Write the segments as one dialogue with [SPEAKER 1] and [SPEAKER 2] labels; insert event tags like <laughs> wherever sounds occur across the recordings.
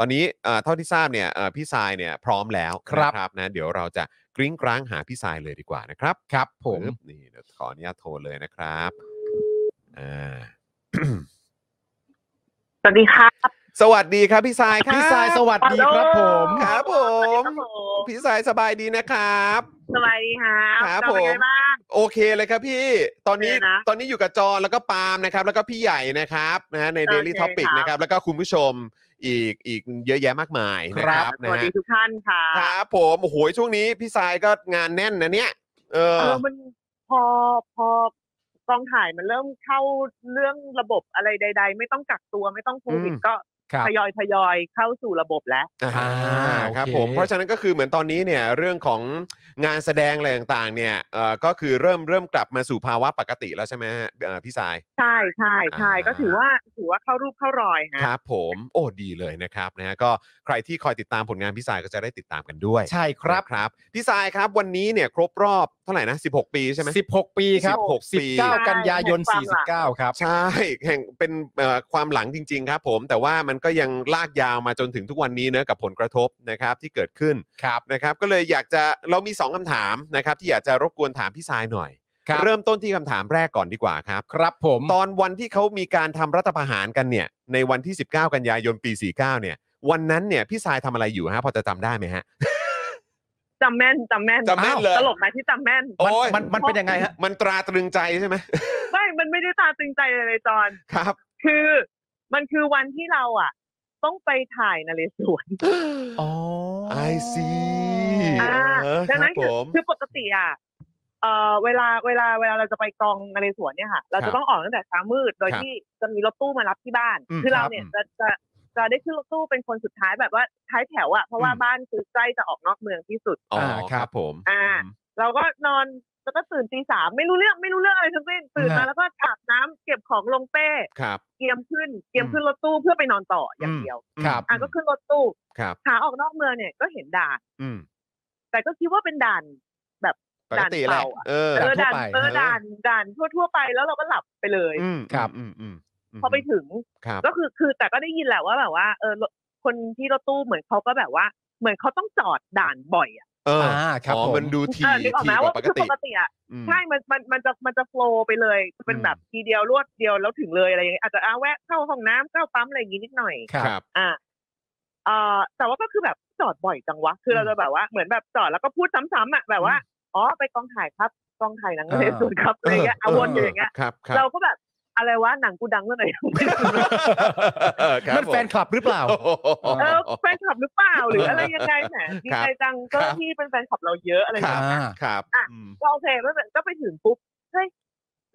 [SPEAKER 1] อนนี้เอ่อเท่าที่ทราบเนี่ยเอ่อพี่ทรายเนี่ยพร้อมแล้ว
[SPEAKER 2] ครับ
[SPEAKER 1] นะนะเดี๋ยวเราจะกริ้งกร้างหาพี่ทรายเลยดีกว่านะครับ
[SPEAKER 2] ครับผม
[SPEAKER 1] ปึ๊บนี่เดี๋ยวขออนุญาตโทรเลยนะครับอ่า
[SPEAKER 3] สวัสดีครับ
[SPEAKER 1] สวัสดีครับพี่ทรายครับ
[SPEAKER 2] พี่สายสวัสดีครับผม
[SPEAKER 1] ครับผ
[SPEAKER 3] สวัสดี
[SPEAKER 1] ม
[SPEAKER 3] ครับผม
[SPEAKER 1] พี่สายสบายดีนะครับ
[SPEAKER 3] สวัสดีครับ
[SPEAKER 1] ครับ
[SPEAKER 3] เา
[SPEAKER 1] ผ
[SPEAKER 3] เป็น
[SPEAKER 1] ม
[SPEAKER 3] ไงบ้าง
[SPEAKER 1] โอเคเลยครับพี่ ตอนนี้
[SPEAKER 3] โอเคนะ
[SPEAKER 1] ตอนนี้อยู่กับจอนแล้วก็ปาล์มนะครับ แล้วก็พี่ใหญ่นะครับนะฮะใน Daily
[SPEAKER 3] โอเค
[SPEAKER 1] Topic
[SPEAKER 3] ครับ
[SPEAKER 1] นะครับ แล้วก็คุณผู้ชมอีกอีกเยอะแยะมากมายนะค
[SPEAKER 2] ครั
[SPEAKER 1] รับบ
[SPEAKER 3] ส
[SPEAKER 1] นะ
[SPEAKER 3] วัส
[SPEAKER 1] ฮะ
[SPEAKER 3] ดีทุกท่านค่ะ
[SPEAKER 1] ครับผมโอ้โหช่วงนี้พี่สายก็งานแน่นนะเนี่ย เอ
[SPEAKER 3] เอ
[SPEAKER 1] อ
[SPEAKER 3] อมันพอพอกองถ่ายมันเริ่มเข้าเรื่องระบบอะไรใด ๆ ไม่ต้องกักตัวไม่ต้องโควิด
[SPEAKER 1] อืม
[SPEAKER 3] ก็
[SPEAKER 2] ครับ
[SPEAKER 3] ทยอยทยอยเข้าสู่ระบบแล้ว
[SPEAKER 1] อ่า
[SPEAKER 2] อ่าโอเค
[SPEAKER 1] ครับผมเพราะฉะนั้นก็คือเหมือนตอนนี้เนี่ยเรื่องของงานแสดงอะไรต่างๆ เนี่ยเอ่อก็คือเริ่มเริ่มกลับมาสู่ภาวะปกติแล้วใช่ไหมฮะเอ่อพี่สาย
[SPEAKER 3] ใช่ใช่ใช่
[SPEAKER 1] อ่า
[SPEAKER 3] ก็ถือว่าถือว่าเข้ารูปเข้ารอยฮะ
[SPEAKER 1] ครับผมโอ้ดีเลยนะครับนะฮะก็ใครที่คอยติดตามผลงานพี่สายก็จะได้ติดตามกันด้วย
[SPEAKER 2] ใช่ครับ
[SPEAKER 1] นะครับพี่สายครับวันนี้เนี่ยครบรอบเท่าไหร่นะ 16 ปีใช่ไหม
[SPEAKER 2] 16 ปีครับ
[SPEAKER 1] 16ปี
[SPEAKER 2] 19 กันยายน
[SPEAKER 3] ใช่
[SPEAKER 2] 49 ครับ
[SPEAKER 1] ใช่ แห่งเป็นเอ่อความหลังจริง ๆ ครับ ผมแต่ว่ามันก็ยังลากยาวมาจนถึงทุกวันนี้เนอะกับผลกระทบนะครับที่เกิดขึ้น
[SPEAKER 2] ครับ
[SPEAKER 1] นะครับก็เลยอยากจะเรามี 2คำถามนะครับที่อยากจะรบกวนถามพี่สายหน่อย
[SPEAKER 2] ครับ
[SPEAKER 1] เริ่มต้นที่คำถามแรกก่อนดีกว่าครับ
[SPEAKER 2] ครับผม
[SPEAKER 1] ตอนวันที่เขามีการทำรัฐประหารกันเนี่ยในวันที่ 19 กันยายนปี 49 เนี่ย วันนั้นเนี่ยพี่สายทำอะไรอยู่ฮะพอจะจำได้ไหมฮะ
[SPEAKER 3] จำแม่นจำแม่น
[SPEAKER 1] จำแม่นเลย
[SPEAKER 3] ตลกไหมที่จำแม่น
[SPEAKER 1] โอ้ย
[SPEAKER 2] มันมันเป็นยังไงฮะ
[SPEAKER 1] มันตราตรึงใจใช่ไหม
[SPEAKER 3] ไม่มันไม่ได้ตาตึงใจเลยเลยจอน
[SPEAKER 1] <laughs> ครับ
[SPEAKER 3] คือมันคือวันที่เราอ่ะ ต้องไปถ่ายนเรศวร
[SPEAKER 2] อ๋อ
[SPEAKER 1] I see
[SPEAKER 3] อ่า
[SPEAKER 1] เออ
[SPEAKER 3] ดังนั้น
[SPEAKER 1] ครับ
[SPEAKER 3] คือ
[SPEAKER 1] ผม
[SPEAKER 3] คือปกติอ่ะเอ่อเวลาเวลาเวลาเราจะไปกองนเรศวรเนี่ยค่ะ เรา
[SPEAKER 1] ครั
[SPEAKER 3] จะ
[SPEAKER 1] บ
[SPEAKER 3] ต้องออกตั้งแต่เช้ามืด โดย
[SPEAKER 1] ครับ
[SPEAKER 3] ที่จะมีรถตู้มารับที่บ้าน
[SPEAKER 1] อืม
[SPEAKER 3] คือเรา
[SPEAKER 1] ครับ
[SPEAKER 3] เนี่ยจะจะจะได้ขึ้นรถตู้เป็นคนสุดท้ายแบบว่าท้ายแถวอ่ะเพราะว่า
[SPEAKER 1] อืม
[SPEAKER 3] บ้านคือใกล้จะออกนอกเมืองที่สุด
[SPEAKER 1] อ๋ออา ค
[SPEAKER 2] ครั
[SPEAKER 1] รับบ ผม
[SPEAKER 3] อ่า เราก็นอนแล้วก็ตื่นตีสามไม่รู้เรื่องไม่รู้เรื่องอะไรทั้งสิ้นตื่นมา
[SPEAKER 2] ฮะ
[SPEAKER 3] แล้วก็อาบน้ำเก็บของลงเป้
[SPEAKER 1] ครับ
[SPEAKER 3] เตรียมขึ้นเตรียมขึ้นรถตู้เพื่อไปนอนต่ออย่างเดียว
[SPEAKER 2] ครับ
[SPEAKER 3] อ่ะก็ขึ้นรถตู้
[SPEAKER 1] ครับ
[SPEAKER 3] ขาออกนอกเมืองเนี่ยก็เห็นด่าน
[SPEAKER 1] อืม
[SPEAKER 3] แต่ก็คิดว่าเป็นด่าน
[SPEAKER 1] ปกติแหละ
[SPEAKER 3] ด่านเปล่าอะ
[SPEAKER 1] เออ
[SPEAKER 3] เออด่าน
[SPEAKER 2] ทั่วไป
[SPEAKER 3] เออด่านด่านทั่วๆไปแล้วเราก็หลับไปเลย
[SPEAKER 1] อืม
[SPEAKER 2] ครับ
[SPEAKER 1] อืมอืมม
[SPEAKER 3] พอไปถึง
[SPEAKER 1] ครับ
[SPEAKER 3] ก็คือคือแต่ก็ได้ยินแหละว่าแบบว่าเออรถคนที่รถตู้เหมือนเขาก็แบบว่า เหมือนเขาต้องจอดด่านบ่อยอ่ะ
[SPEAKER 1] เออ
[SPEAKER 2] อ่า
[SPEAKER 1] อ
[SPEAKER 2] ครับ
[SPEAKER 1] อ๋อ
[SPEAKER 2] ผม
[SPEAKER 1] มันดูที
[SPEAKER 3] เออนึกออก
[SPEAKER 1] ที
[SPEAKER 3] ไหม
[SPEAKER 1] ก
[SPEAKER 3] ว่า
[SPEAKER 1] ว่าปก
[SPEAKER 3] คือ
[SPEAKER 1] ติ
[SPEAKER 3] ปกติอ่ะ
[SPEAKER 1] อืม
[SPEAKER 3] ใช่มันมันมันจะมันจะโฟลว์ไปเลยเป็น
[SPEAKER 1] อืม
[SPEAKER 3] แบบทีเดียวรวดเดียวแล้วถึงเลยอะไรอย่างเงี้ยอาจจะอ่ะแวะเข้าห้องน้ำเข้าปั๊มอะไรอย่างงี้นิดหน่อย
[SPEAKER 1] ครับ
[SPEAKER 3] อ่าเอ่อแต่ว่าก็คือแบบจอดบ่อยจังวะ คือเราจะแบบว่าเหมือนแบบจอดแล้วก็พูดซ้ำๆอ่ะแบบว่า อ๋อไปกองถ่ายครับกองถ่ายหนัง
[SPEAKER 2] อ่า
[SPEAKER 3] เลสุดครับอะไรเงี้ย
[SPEAKER 1] เออ
[SPEAKER 3] เอาวนอยู่
[SPEAKER 1] เออ
[SPEAKER 3] อ
[SPEAKER 1] อ
[SPEAKER 3] ย่างเงี้ย
[SPEAKER 1] ครับครับ
[SPEAKER 3] เราก็แบบอะไรวะหนังกูดังเมื่อไหร่ <laughs>
[SPEAKER 1] เออครับ
[SPEAKER 2] มันแฟนคลับหรือเปล่า
[SPEAKER 1] โอ้โห
[SPEAKER 3] เออแฟนคลับหรือเปล่าหรืออะไรยังไงแหมดีใจจัง
[SPEAKER 1] ครั
[SPEAKER 3] เจ้า
[SPEAKER 1] บ
[SPEAKER 3] หน้าที่เป็นแฟนคลับเราเยอะอะไร
[SPEAKER 2] ครั
[SPEAKER 3] เงี้ย
[SPEAKER 2] บ
[SPEAKER 1] ครับ
[SPEAKER 3] ะ
[SPEAKER 1] อืม
[SPEAKER 3] ก็โอเคไม่เป็นก็ไปถึงปุ๊บเฮ้ย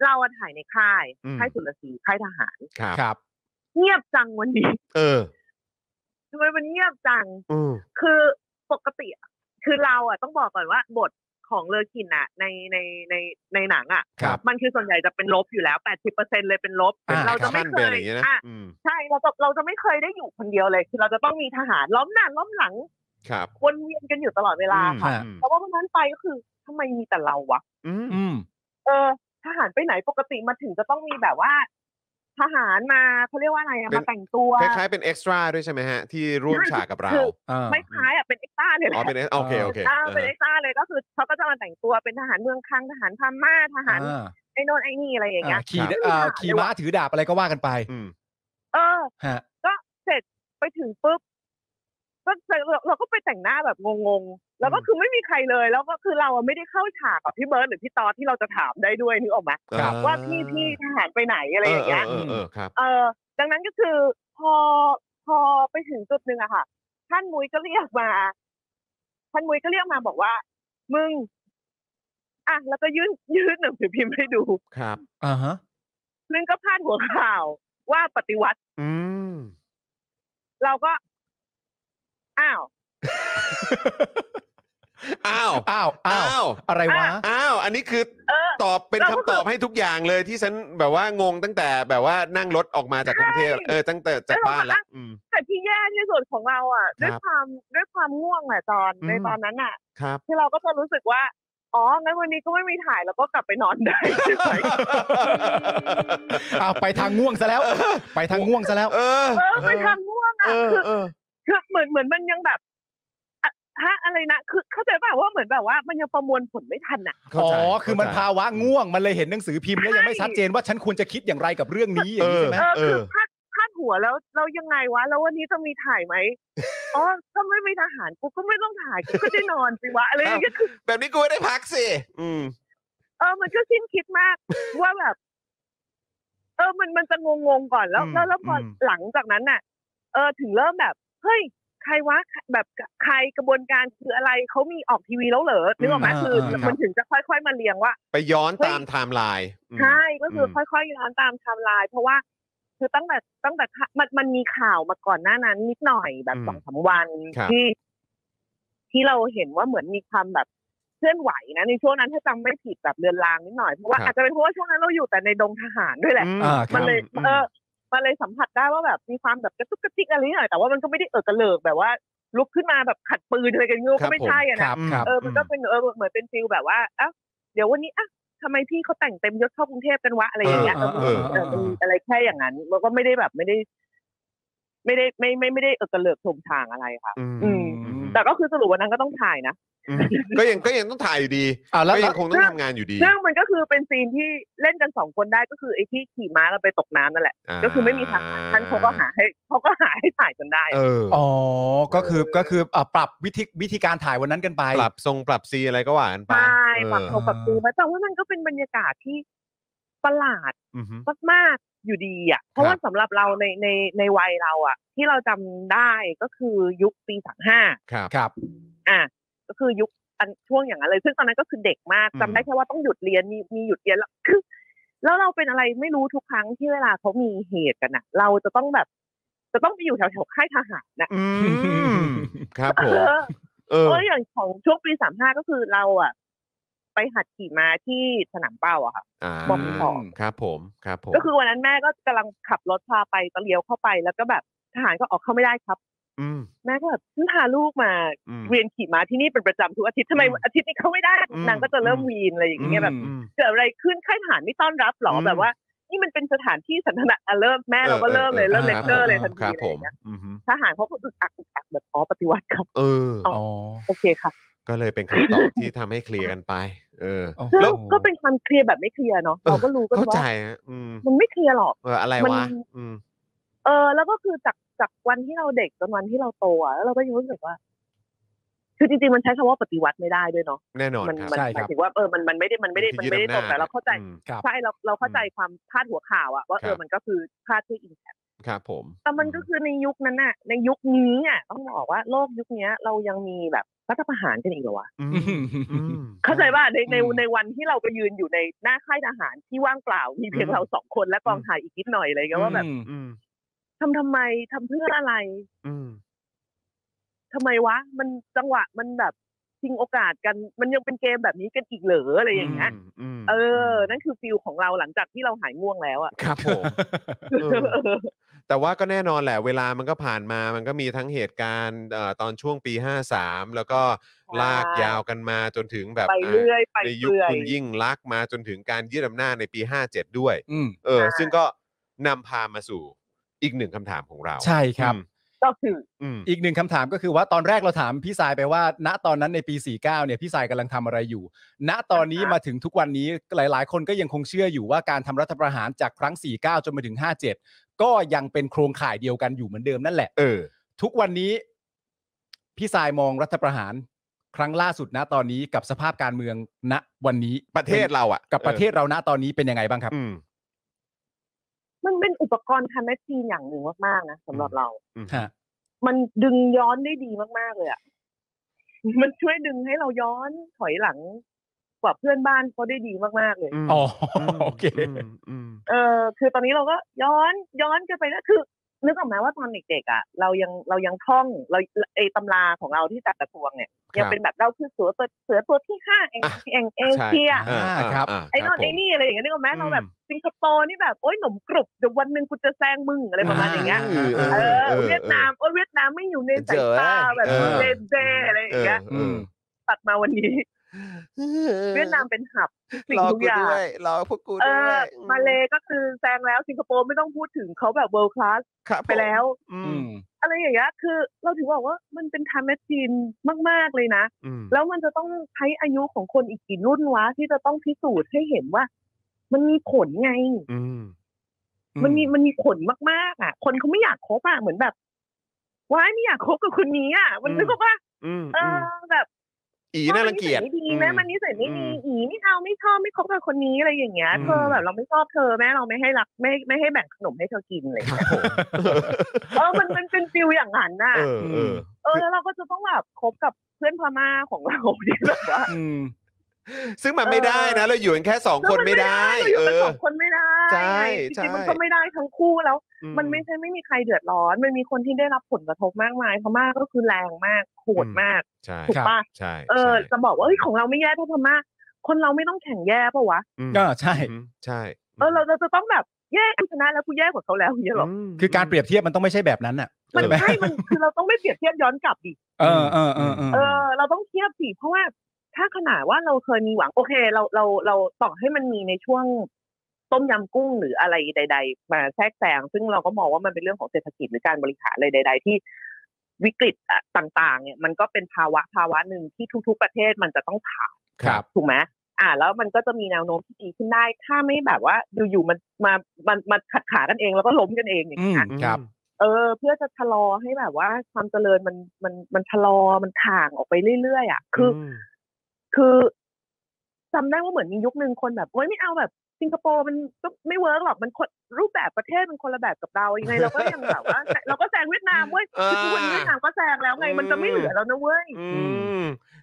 [SPEAKER 3] เราอะถ่ายในค่าย
[SPEAKER 1] อืม
[SPEAKER 3] ค่ายสุรศรีค่ายทหาร
[SPEAKER 1] ครับ
[SPEAKER 2] ครับ
[SPEAKER 3] เงียบจังวันนี้ <laughs>
[SPEAKER 1] เออ
[SPEAKER 3] ทำไมมันเงียบจัง
[SPEAKER 1] อืม
[SPEAKER 3] คือปกติอะคือเราอ่ะต้องบอกก่อนว่าบทของเลอกินอ่ะ ในในในในหนังอ่ะ
[SPEAKER 2] ครับ
[SPEAKER 3] มันคือส่วนใหญ่จะเป็นลบอยู่แล้วแปดสิบเปอร์เซ็นเลยเป็นลบ
[SPEAKER 2] อ่า
[SPEAKER 3] เราจะไม่
[SPEAKER 1] ขั้น
[SPEAKER 3] เค
[SPEAKER 1] เป็น
[SPEAKER 3] ย
[SPEAKER 1] อย่างนี้นะ
[SPEAKER 3] อ่ะ
[SPEAKER 1] อืม
[SPEAKER 3] ใช่เราจะเราจะไม่เคยได้อยู่คนเดียวเลย คือเราจะต้องมีทหารล้อมหน้าล้อมหลัง
[SPEAKER 1] ครับ
[SPEAKER 3] วนเวียนกันอยู่ตลอดเวลาค่ะ
[SPEAKER 2] ค่ะ
[SPEAKER 1] อืม
[SPEAKER 3] แต่ว่าวันนั้นไปก็คือทำไมมีแต่เราวะ
[SPEAKER 1] อืม
[SPEAKER 2] อืม
[SPEAKER 3] เออ ทหารไปไหนปกติมาถึงจะต้องมีแบบว่า ทหารมาเขาเรียกว่าอะไรอะมาแต่งตัว
[SPEAKER 1] คล้ายๆเป็นเอ็กซ์ตร้าด้วยใช่ไหมฮะ ที่ร่วมฉากกับเรา
[SPEAKER 3] คือ
[SPEAKER 2] อ่า
[SPEAKER 3] ไม่คล้ายอ่ะเป็นเอ็กซ์ต้าเนี่ยแห
[SPEAKER 1] อ๋อ
[SPEAKER 3] ละ
[SPEAKER 1] เป็น ex- โอเค โอเค
[SPEAKER 3] อ่าเป็นเอ็กซ์ตร้าเลยก็คือเขาก็จะมาแต่งตัวเป็นทหารเมืองคังทหารพม่าทหาร
[SPEAKER 2] อ่า
[SPEAKER 3] ไอ้โนนไอ้นี่อะไรอย่างเงี้ย
[SPEAKER 2] อ่าขี่
[SPEAKER 3] ครับ
[SPEAKER 2] อ่า
[SPEAKER 3] ไม่ได้
[SPEAKER 2] ขี่ม้าถือดาบอะไรก็ว่ากันไป
[SPEAKER 1] อืม
[SPEAKER 3] เออ
[SPEAKER 2] ฮะ
[SPEAKER 3] ไปถึงปุ๊บก็เราเราก็ไปแต่งหน้าแบบงงๆ แล้วก็คือไม่มีใครเลย แล้วก็คือเราอะไม่ได้เข้าฉากกับพี่เบิร์ดหรือพี่ตอสที่เราจะถามได้ด้วยนึกออกไหม
[SPEAKER 2] ครับ
[SPEAKER 3] ว่าพี่พี่ทหารไปไหนอะไรอย่างเงี้ย
[SPEAKER 1] เออเออเออครับ
[SPEAKER 3] เออ ดังนั้นก็คือพอพอไปถึงจุดหนึ่งอะค่ะ ท่านมุ้ยก็เรียกมา ท่านมุ้ยก็เรียกมาบอกว่า มึง อ่ะแล้วก็ยื่น <laughs> ยื่นหนังสือพิมพ์ให้ดู
[SPEAKER 1] ครับ
[SPEAKER 2] อ่าฮะ
[SPEAKER 3] ซึ่งก็พาดหัวข่าวว่าปฏิวัติ
[SPEAKER 1] อืม
[SPEAKER 3] เราก็ อ้าว
[SPEAKER 1] อ้าว
[SPEAKER 2] อ้าว อ้า
[SPEAKER 1] อ้าว ว
[SPEAKER 2] อะไรวะ
[SPEAKER 1] อ้าว อันนี้คือ
[SPEAKER 3] เออ
[SPEAKER 1] ตอบเป็นคำตอบให้ทุกอย่างเลยที่ฉันแบบว่างงตั้งแต่แบบว่านั่งรถออกมาจากกรุงเทพ
[SPEAKER 3] ใช่
[SPEAKER 1] เออ ตั้งแต่จากบ้านละอืม
[SPEAKER 3] แต่ที่แย่ที่สุดของเราอ่ะ ด้วย
[SPEAKER 1] ครับ
[SPEAKER 3] ความด้วยความง่วงแหละจอน
[SPEAKER 1] อืม
[SPEAKER 3] ในตอนนั้นอ่ะ
[SPEAKER 1] ครับ
[SPEAKER 3] ที่เราก็จะรู้สึกว่า อ๋องั้นวันนี้ก็ไม่มีถ่ายแล้วก็กลับไปนอนได้
[SPEAKER 1] <laughs>
[SPEAKER 2] อ้าว ไปทางง่วงซะแล้ว ไปทางง่วงซะแล้ว
[SPEAKER 1] เออ
[SPEAKER 3] เออไปทางง่วง
[SPEAKER 1] เอ
[SPEAKER 3] อ่ะ
[SPEAKER 1] อ
[SPEAKER 3] คือ
[SPEAKER 1] เออ
[SPEAKER 3] คือ มือนเหมือนมันยังแบบอะฮะอะไรนะคือเข้าใจป่ะว่าเหมือนแบบว่า มันยังประมวลผลไม่ทันอ่ะ
[SPEAKER 1] เข้า
[SPEAKER 2] อ๋อ
[SPEAKER 1] ใจ
[SPEAKER 2] คือมัน
[SPEAKER 1] เข้ใจ
[SPEAKER 2] ภาวะง่วงมันเลยเห็นหนังสือพิมพ์แล้วยังไม่ชัดเจนว่าฉันควรจะคิดอย่างไรกับเรื่องนี้อย่างนี้ใช่ไหม
[SPEAKER 3] เออคื
[SPEAKER 1] เอ
[SPEAKER 3] อ
[SPEAKER 1] อ
[SPEAKER 3] พาดพาดหัวแล้วเรายังไงวะ แล้ววันนี้จะมีถ่ายไหม อ๋อถ้าไม่มีทหารกูก็ไม่ต้องถ่ายกูก็ได้นอนสิวะอะไรอย่างเงี้ยคือ
[SPEAKER 1] แบบนี้กูไม่ได้พักสิ อืม
[SPEAKER 3] เออมันก็สิ้นคิดมาก ว่าแบบ เออมันมันจะงงงๆก่อนแล้ว แล้วแล้วพออ
[SPEAKER 2] ม
[SPEAKER 3] หลังจากนั้นน่ะ เออถึงเริ่มแบบเฮ้ยใครวะแบบใครกระบวนการคืออะไรเขามีออกทีวีแล้วเหรอนึกออกไหม
[SPEAKER 2] อืม
[SPEAKER 3] คือ
[SPEAKER 2] เออเออครับ
[SPEAKER 3] มันถึงจะค่อย ๆ มาเรียงว่า
[SPEAKER 1] ไปย้อน
[SPEAKER 3] เฮ้ย
[SPEAKER 1] ตามไทม์ไลน์อืม
[SPEAKER 3] ใช่ก็คืออ
[SPEAKER 1] ม
[SPEAKER 3] ค่อยๆย้อนตามไทม์ไลน์เพราะว่า คือตั้งแต่ตั้งแต่ข่ามันมันมีข่าวมาก่อนหน้านั้น นิดหน่อยแบบ
[SPEAKER 1] อืม
[SPEAKER 3] สองสามวัน
[SPEAKER 1] ครับ
[SPEAKER 3] ที่ ที่เราเห็นว่าเหมือนมีความแบบเคลื่อนไหวนะในช่วงนั้นถ้าจำไม่ผิดแบบเรือนรางนิดหน่อยเพราะว่าอาจจะเป็นเพราะว่าช่วงนั้นเราอยู่แต่ในดงทหารด้วยแหละ
[SPEAKER 1] อืม
[SPEAKER 2] อ่าครั
[SPEAKER 3] มั
[SPEAKER 2] บ
[SPEAKER 3] นเลย
[SPEAKER 1] อืม
[SPEAKER 3] เออมันเลยสัมผัสได้ว่าแบบมีความแบบกระตุกกระติกอะไรนิดหน่อยแต่ว่ามันก็ไม่ได้เออกระเลิกแบบว่า ลุกขึ้นมาแบบขัดปืนอะไรกันงี้ก็ไม่ใช่อะ
[SPEAKER 2] ค
[SPEAKER 3] นะ
[SPEAKER 2] รับครับ
[SPEAKER 3] เออ มันก็เป็นเออ เหมือนเป็นฟิลแบบว่าเอ้าเดี๋ยววันนี้อ่ะทำไมพี่เขาแต่งเต็มยศเข้ากรุงเทพกันวะ อะไรอย่างเงี้ย
[SPEAKER 2] เออเออเออ
[SPEAKER 3] เออมีอะไรแค่อย่างนั้นแล้วก็ไม่ได้แบบไม่ได้ ไม่ได้ไม่ไม่ไม่ได้เออกระเลิกโถงทางอะไรค่ะ
[SPEAKER 1] อืม
[SPEAKER 3] อืม แต่ก็คือสรุปวันนั้นก็ต้องถ่ายนะ
[SPEAKER 1] อืมก็ยังก็ยังต้องถ่ายอยู่ดี
[SPEAKER 2] อ่าแล้ว
[SPEAKER 1] ก็
[SPEAKER 2] แล้
[SPEAKER 1] ยั
[SPEAKER 2] ว
[SPEAKER 1] งคงต้องทำงานอยู่ดี
[SPEAKER 3] ซึ่งมันก็คือเป็นซีนที่เล่นกันสองคนได้ก็คือไอ้ที่ขี่ม้ากันไปตกน้ำนั่นแหละ
[SPEAKER 1] า
[SPEAKER 3] ก็คือไม่มีทางท่านเขาก็หาให้เขาก็หาให้ถ่ายจนได้
[SPEAKER 1] เออ
[SPEAKER 2] อ๋อก็คือก็คืออ่ะปรับวิธีวิธีการถ่ายวันนั้นกันไป
[SPEAKER 1] ปรับทรงปรับซีอะไรก็หวากันไป
[SPEAKER 3] ใช่
[SPEAKER 1] เออ
[SPEAKER 3] ปรับตัวปรับตัวมาแต่ว่ามันก็เป็นบรรยากาศที่ประหลาด
[SPEAKER 1] อือฮึ
[SPEAKER 3] มากๆอยู่ดีอ่ะ เพราะว่าสำหรับเราในในในวัยเราอ่ะ ที่เราจำได้ก็คือยุคปีสามห้า
[SPEAKER 1] ครับ
[SPEAKER 2] ครับ
[SPEAKER 3] อ่ะก็คือยุคอันช่วงอย่างนั้นเลย ซึ่งตอนนั้นก็คือเด็กมาก
[SPEAKER 1] อืม
[SPEAKER 3] จำได้แค่ว่าต้องหยุดเรียนมีมีหยุดเรียนแล้วคือแล้วเราเป็นอะไรไม่รู้ทุกครั้งที่เวลาเขามีเหตุกันอ่ะ เราจะต้องแบบ จะต้องไปอยู่แถวแถวๆค่ายทหารนะ
[SPEAKER 1] อืมครับผม
[SPEAKER 3] เออ
[SPEAKER 1] เออ
[SPEAKER 3] <laughs> เอออย่างของช่วงปีสามห้าก็คือเราอ่ะ ไปหัดขี่ม้าที่สนามเป้าอะค่ะ
[SPEAKER 1] อ่า
[SPEAKER 3] บอมสอง
[SPEAKER 1] ครับผมครับผม
[SPEAKER 3] ก็คือวันนั้นแม่ก็กำลังขับรถพาไปตะเลียวเข้าไปแล้วก็แบบทหารก็ออกเข้าไม่ได้ครับ
[SPEAKER 1] ม
[SPEAKER 3] แม่ก็แบบฉันพาลูกมา
[SPEAKER 1] อืม
[SPEAKER 3] เรียนขี่ม้าที่นี่เป็นประจำทุกอาทิตย์ทำไม
[SPEAKER 1] อืม
[SPEAKER 3] อาทิตย์นี้เข้าไม่ได้
[SPEAKER 1] อืม
[SPEAKER 3] นางก็จะเริ่ม
[SPEAKER 1] อืม
[SPEAKER 3] วีนอะไรอย่างเงี้ยแบบ
[SPEAKER 2] อืม
[SPEAKER 3] เกิดอะไรขึ้นค่ายทหารไม่ต้อนรับหรอ
[SPEAKER 1] อืม
[SPEAKER 3] แบบว่า นี่มันเป็นสถานที่สันทนาอ่ะเริ่มแม่เราก็เริ่มเลย
[SPEAKER 2] ออ
[SPEAKER 3] เริ่มเล
[SPEAKER 2] ค
[SPEAKER 3] ค
[SPEAKER 2] บ
[SPEAKER 3] เตอร์เลยทัน
[SPEAKER 1] ค
[SPEAKER 3] ที
[SPEAKER 1] รับ
[SPEAKER 3] อะไร
[SPEAKER 1] ผ
[SPEAKER 3] อ
[SPEAKER 1] ม
[SPEAKER 3] ย่างเงี้ย
[SPEAKER 1] อือฮึ
[SPEAKER 3] ทหารเขาก็อึกอักอึกอักแบบอ๋อปฏิวัติครับ
[SPEAKER 1] เออ
[SPEAKER 2] อ๋อ
[SPEAKER 3] โอเคค่ะ
[SPEAKER 1] ก็เลยเป็นคำตอบที่ทำให้เคลียร์กันไป เออ
[SPEAKER 2] โอ้โห
[SPEAKER 3] แล้วก็เป็นความเคลียร์แบบไม่เคลียร์เนาะเรา <laughs> ก็รู้กัน
[SPEAKER 1] เข้าใจ
[SPEAKER 3] ว่า
[SPEAKER 1] ฮะอืม
[SPEAKER 3] มันไม่เคลียร์หรอก
[SPEAKER 1] เอออะไร
[SPEAKER 3] มัน
[SPEAKER 1] วะอืม
[SPEAKER 3] เออแล้วก็คือจากจากวันที่เราเด็กจนวันที่เราโตอ่ะแล้วเราก็ยังรู้สึกว่า คือจริงๆมันใช้คำว่าปฏิวัติไม่ได้ด้วยเนาะ
[SPEAKER 1] แน่นอน
[SPEAKER 3] มั
[SPEAKER 1] ครับ
[SPEAKER 3] มั
[SPEAKER 2] ใช่
[SPEAKER 3] ห
[SPEAKER 2] ครั
[SPEAKER 3] มาย
[SPEAKER 2] บ
[SPEAKER 3] ถึงว่าเออมันมันไม่ได้มันไม่ได้มันไม่ได้
[SPEAKER 1] ที่ยึอำ
[SPEAKER 3] ตรงแต่เราเข้าใจ
[SPEAKER 1] อืม
[SPEAKER 2] ครับ
[SPEAKER 3] ใช่เราเราเข้าใจความพาดหัวข่าวอะว่า
[SPEAKER 1] ครับ
[SPEAKER 3] เออมันก็คือพาดที่อิงแพค
[SPEAKER 1] ครับผม
[SPEAKER 3] แต่มันก็คือในยุคนั้นน่ะ ในยุคนี้อะต้องบอกว่าโลกยุคเนี้ย เรายังมีแบบรัฐประหารกันอีกเหรอวะ
[SPEAKER 1] อืมอืม
[SPEAKER 3] เข้าใจว่าในใน
[SPEAKER 2] อืม
[SPEAKER 3] ในวันที่เราไปยืนอยู่ในหน้าค่ายทหารที่ว่างเปล่ามีเพียง
[SPEAKER 1] อืม
[SPEAKER 3] เราสองคนและกองถ่ายอีกนิดหน่อยอะไรเลยก็ว่าแบบ
[SPEAKER 2] อืม
[SPEAKER 1] อืม
[SPEAKER 3] ทำทำไมทำเพื่ออะไร
[SPEAKER 1] อืม
[SPEAKER 3] ทำไมวะ มันจังหวะมันแบบชิงโอกาสกัน มันยังเป็นเกมแบบนี้กันอีกเหรออะไรอย่างเงี้ย
[SPEAKER 1] ม
[SPEAKER 3] เออ นั่นคือฟิลของเราหลังจากที่เราหายง่วงแล้วอะ
[SPEAKER 1] ครับผม เออ
[SPEAKER 3] <laughs>
[SPEAKER 1] แต่ว่าก็แน่นอนแหละเวลามันก็ผ่านมามันก็มีทั้งเหตุการณ์เอ่อตอนช่วงปี 53 แล้วก็ลากยาวกันมาจนถึงแบบ
[SPEAKER 3] ไปเรื่อยไป
[SPEAKER 1] ในยุค
[SPEAKER 3] เรื่อย
[SPEAKER 1] คุณยิ่งลักษณ์มาจนถึงการยึดอำนาจในปี 57 ด้วย
[SPEAKER 2] อืม
[SPEAKER 1] เออ ซึ่งก็นำพามาสู่อีกหนึ่งคำถามของเรา
[SPEAKER 2] ใช่ครับ
[SPEAKER 1] อืม
[SPEAKER 3] ก็คือ
[SPEAKER 1] อืม
[SPEAKER 2] อีกหนึ่งคำถามก็คือว่าตอนแรกเราถามพี่สายไปว่า ณตอนนั้นในปี 49 เนี่ยพี่สายกำลังทำอะไรอยู่ ณตอนนี้มาถึงทุกวันนี้หลาย ๆ คนก็ยังคงเชื่ออยู่ว่าการทำรัฐประหารจากครั้ง 49 จนมาถึง 57 ก็ยังเป็นโครงข่ายเดียวกันอยู่เหมือนเดิมนั่นแหละ
[SPEAKER 1] เออ
[SPEAKER 2] ทุกวันนี้พี่สายมองรัฐประหารครั้งล่าสุดณตอนนี้กับสภาพการเมืองณวันนี้
[SPEAKER 1] ประเทศเราอ่ะ
[SPEAKER 2] กับประเทศเราณตอนนี้เป็นยังไงบ้างครับ
[SPEAKER 1] อืม
[SPEAKER 3] มันเป็นอุปกรณ์ทำแมชชีนอย่างหนึ่งมากๆนะสำหรับเรา
[SPEAKER 1] อืม
[SPEAKER 2] ฮะ
[SPEAKER 3] มันดึงย้อนได้ดีมากๆเลยอะมันช่วยดึงให้เราย้อนถอยหลังกว่าเพื่อนบ้านเขาได้ดีมากๆเลย
[SPEAKER 1] ม
[SPEAKER 2] อ๋อ
[SPEAKER 1] ม
[SPEAKER 2] โอเค
[SPEAKER 1] มอืม
[SPEAKER 3] เออคือตอนนี้เราก็ย้อนย้อนกันไปนะคือนึกออกไหมว่าตอนเด็กๆอ่ะเรายังเรายังท่องเราไอตำราของเราที่จัดกระทรวงเนี่ยยังเป็นแบบเราคือเสือตัวเสือตัวที่ห้าเอง
[SPEAKER 1] อ่ะ
[SPEAKER 3] เองเอ
[SPEAKER 1] ใช่
[SPEAKER 3] เชีย
[SPEAKER 1] อ่า
[SPEAKER 2] อ่าครับ
[SPEAKER 1] า
[SPEAKER 3] ไอ้นอ
[SPEAKER 1] ค
[SPEAKER 3] น
[SPEAKER 1] รับผม
[SPEAKER 3] ไอ้นี่อะไรอย่างเงี้ยนึกออกไหม
[SPEAKER 1] อืม
[SPEAKER 3] เราแบบสิงคโปร์นี่แบบโอ๊ยหนมกรุบเดี๋ยววันหนึ่งกูจะแซงมึงอะไรประมาณอย่างเงี้ย
[SPEAKER 1] เออ
[SPEAKER 3] เออ
[SPEAKER 1] ออ
[SPEAKER 3] เวียดนามโอ๊ยเวียดนามไม่อยู่ในสายตาแบบ
[SPEAKER 1] เจอ
[SPEAKER 3] เดเดอะไรอย่างเงี้ย
[SPEAKER 1] เออเออ
[SPEAKER 3] ตัดมาวันนี้ เวียดนามเป็นหับสิ่ง
[SPEAKER 1] รอ
[SPEAKER 3] ทุก
[SPEAKER 1] กู
[SPEAKER 3] อย่าง
[SPEAKER 1] ด้วยรอพวกกู
[SPEAKER 3] เอ
[SPEAKER 1] ด้ว
[SPEAKER 3] อย มาเลก็คือแซงแล้วสิงคโปร์ไม่ต้องพูดถึงเขาแบบ world class
[SPEAKER 1] ครับ
[SPEAKER 3] ไปแล้ว
[SPEAKER 1] อื
[SPEAKER 2] อื
[SPEAKER 1] ม
[SPEAKER 2] ม
[SPEAKER 3] อะไรอย่างเงี้ยคือ เราถึงบอกว่ามันเป็นท m ม m a ชชีนมาก ๆ เลยนะ
[SPEAKER 1] อืม
[SPEAKER 3] แล้วมันจะต้องใช้อายุของคนอีกกี่รุ่นวะ ที่จะต้องพิสูจน์ให้เห็นว่า มันมีผลไง
[SPEAKER 1] อืม
[SPEAKER 3] มันมีมันมีผลมากๆอ่ะ คนเขาไม่อยากคบอ่ะเหมือนแบบว้ายไม่อยากคบกับคนนี้อ่ะ มัน
[SPEAKER 1] อืม
[SPEAKER 3] นึกว่า
[SPEAKER 1] อืม
[SPEAKER 3] เอ
[SPEAKER 1] อืม
[SPEAKER 3] อแบบ
[SPEAKER 1] อีน่ารังเกียจ
[SPEAKER 3] มันนิสัไม่ดีนะมันนิสัยไม่ดี
[SPEAKER 1] อืม
[SPEAKER 3] อีไม่เอาไม่ชอบไม่คบกับคนนี้อะไรอย่างเงี้ย
[SPEAKER 1] อืม
[SPEAKER 3] เธอแบบเราไม่ชอบเธอแม่เราไม่ให้รักไม่ไม่ให้แบ่งขนมให้เธอกินอะไรอย่าง
[SPEAKER 1] ค
[SPEAKER 3] เลย
[SPEAKER 1] <laughs> รับผม
[SPEAKER 3] เออมันมันเป็นฟิลอย่างนั้นน่ะ
[SPEAKER 1] เออเออ
[SPEAKER 3] เออแล้วเราก็จะต้องแบบคบกับเพื่อนพม่าของเราที่แบบว่า
[SPEAKER 2] อืม
[SPEAKER 1] ซึ่งมันไม่ได้นะ เราอยู่กันแค่สองคนไม่ได้
[SPEAKER 3] เราอยู่
[SPEAKER 1] เอ
[SPEAKER 3] กัน
[SPEAKER 1] อ
[SPEAKER 3] สองคนไม่ได้
[SPEAKER 1] ใช่
[SPEAKER 3] ไงจ
[SPEAKER 1] ใช่
[SPEAKER 3] ริงๆมันก็ไม่ได้ทั้งคู่แล้ว
[SPEAKER 1] อื
[SPEAKER 3] มันไม่ใช่ไม่มีใครเดือดร้อนมันมีคนที่ได้รับผลกระทบมากมายพม่าก็คือแรงมากโหดมาก
[SPEAKER 1] ใช่
[SPEAKER 3] ถูก
[SPEAKER 2] ครับ
[SPEAKER 3] ปะ
[SPEAKER 1] ใช่
[SPEAKER 3] เออ
[SPEAKER 1] ใช่
[SPEAKER 3] จะบอกว่าเฮ้ยของเราไม่แย่เท่าพม่าคนเราไม่ต้องแข่งแย่ปะวะ
[SPEAKER 1] ม
[SPEAKER 2] ก็ใช่
[SPEAKER 1] อืมใช่
[SPEAKER 3] เออเราเราจะต้องแบบแย่กูชนะแล้วกูแย่กว่าเขาแล้วอย่างเงี้ยหรอ
[SPEAKER 1] ม
[SPEAKER 2] คือการเปรียบเทียบมันต้องไม่ใช่แบบนั้นอ่ะ
[SPEAKER 3] มัน
[SPEAKER 2] ใช่ไหม
[SPEAKER 3] ใช่มันคือเราต้องไม่เปรียบเทียบย้อนกลับดิ
[SPEAKER 2] เออเออเออเออ
[SPEAKER 3] เออ เราต้องเทียบสิเพราะว่าถ้าขนาดว่าเราเคยมีหวังโอเค เราเราเราต่อให้มันมีในช่วงต้มยำกุ้งหรืออะไรใด ๆ มาแทรกแซงซึ่งเราก็มองว่ามันเป็นเรื่องของเศรษฐกิจหรือการบริหารอะไรใด ๆ ที่วิกฤตอะต่าง ๆ เนี่ยมันก็เป็นภาวะภาวะหนึ่งที่ทุก ๆ ประเทศมันจะต้องผ่าน
[SPEAKER 2] ครับ
[SPEAKER 3] ถูกไหมอ่า แล้วมันก็จะมีแนวโน้มที่ดีขึ้นได้ ถ้าไม่แบบว่าอยู่ๆมันมามันมาขัดขากันเองแล้วก็ล้มกันเองอย่าง
[SPEAKER 2] อืม
[SPEAKER 3] เงี้ย
[SPEAKER 2] ครับ
[SPEAKER 3] เออเพื่อจะชะลอให้แบบว่าความเจริญมันมันมันชะลอมันถ่างออกไปเรื่อยๆอ่ะคืออ
[SPEAKER 1] ม
[SPEAKER 3] คือจำได้ว่าเหมือนมียุคหนึ่งคนแบบโอ้ยไม่เอาแบบ สิงคโปร์มันก็ไม่เวิร์กหรอกมันคนรูปแบบประเทศมันคนละแบบกับเรายังไงเราก็ยังแบบว่า เราก็แซงเวียดนามเว้ยคือทุกวันนี้เวียดนามก็แซงแล้วไง มันจะไม่เหลือแล้วนะเว้ย
[SPEAKER 1] อืม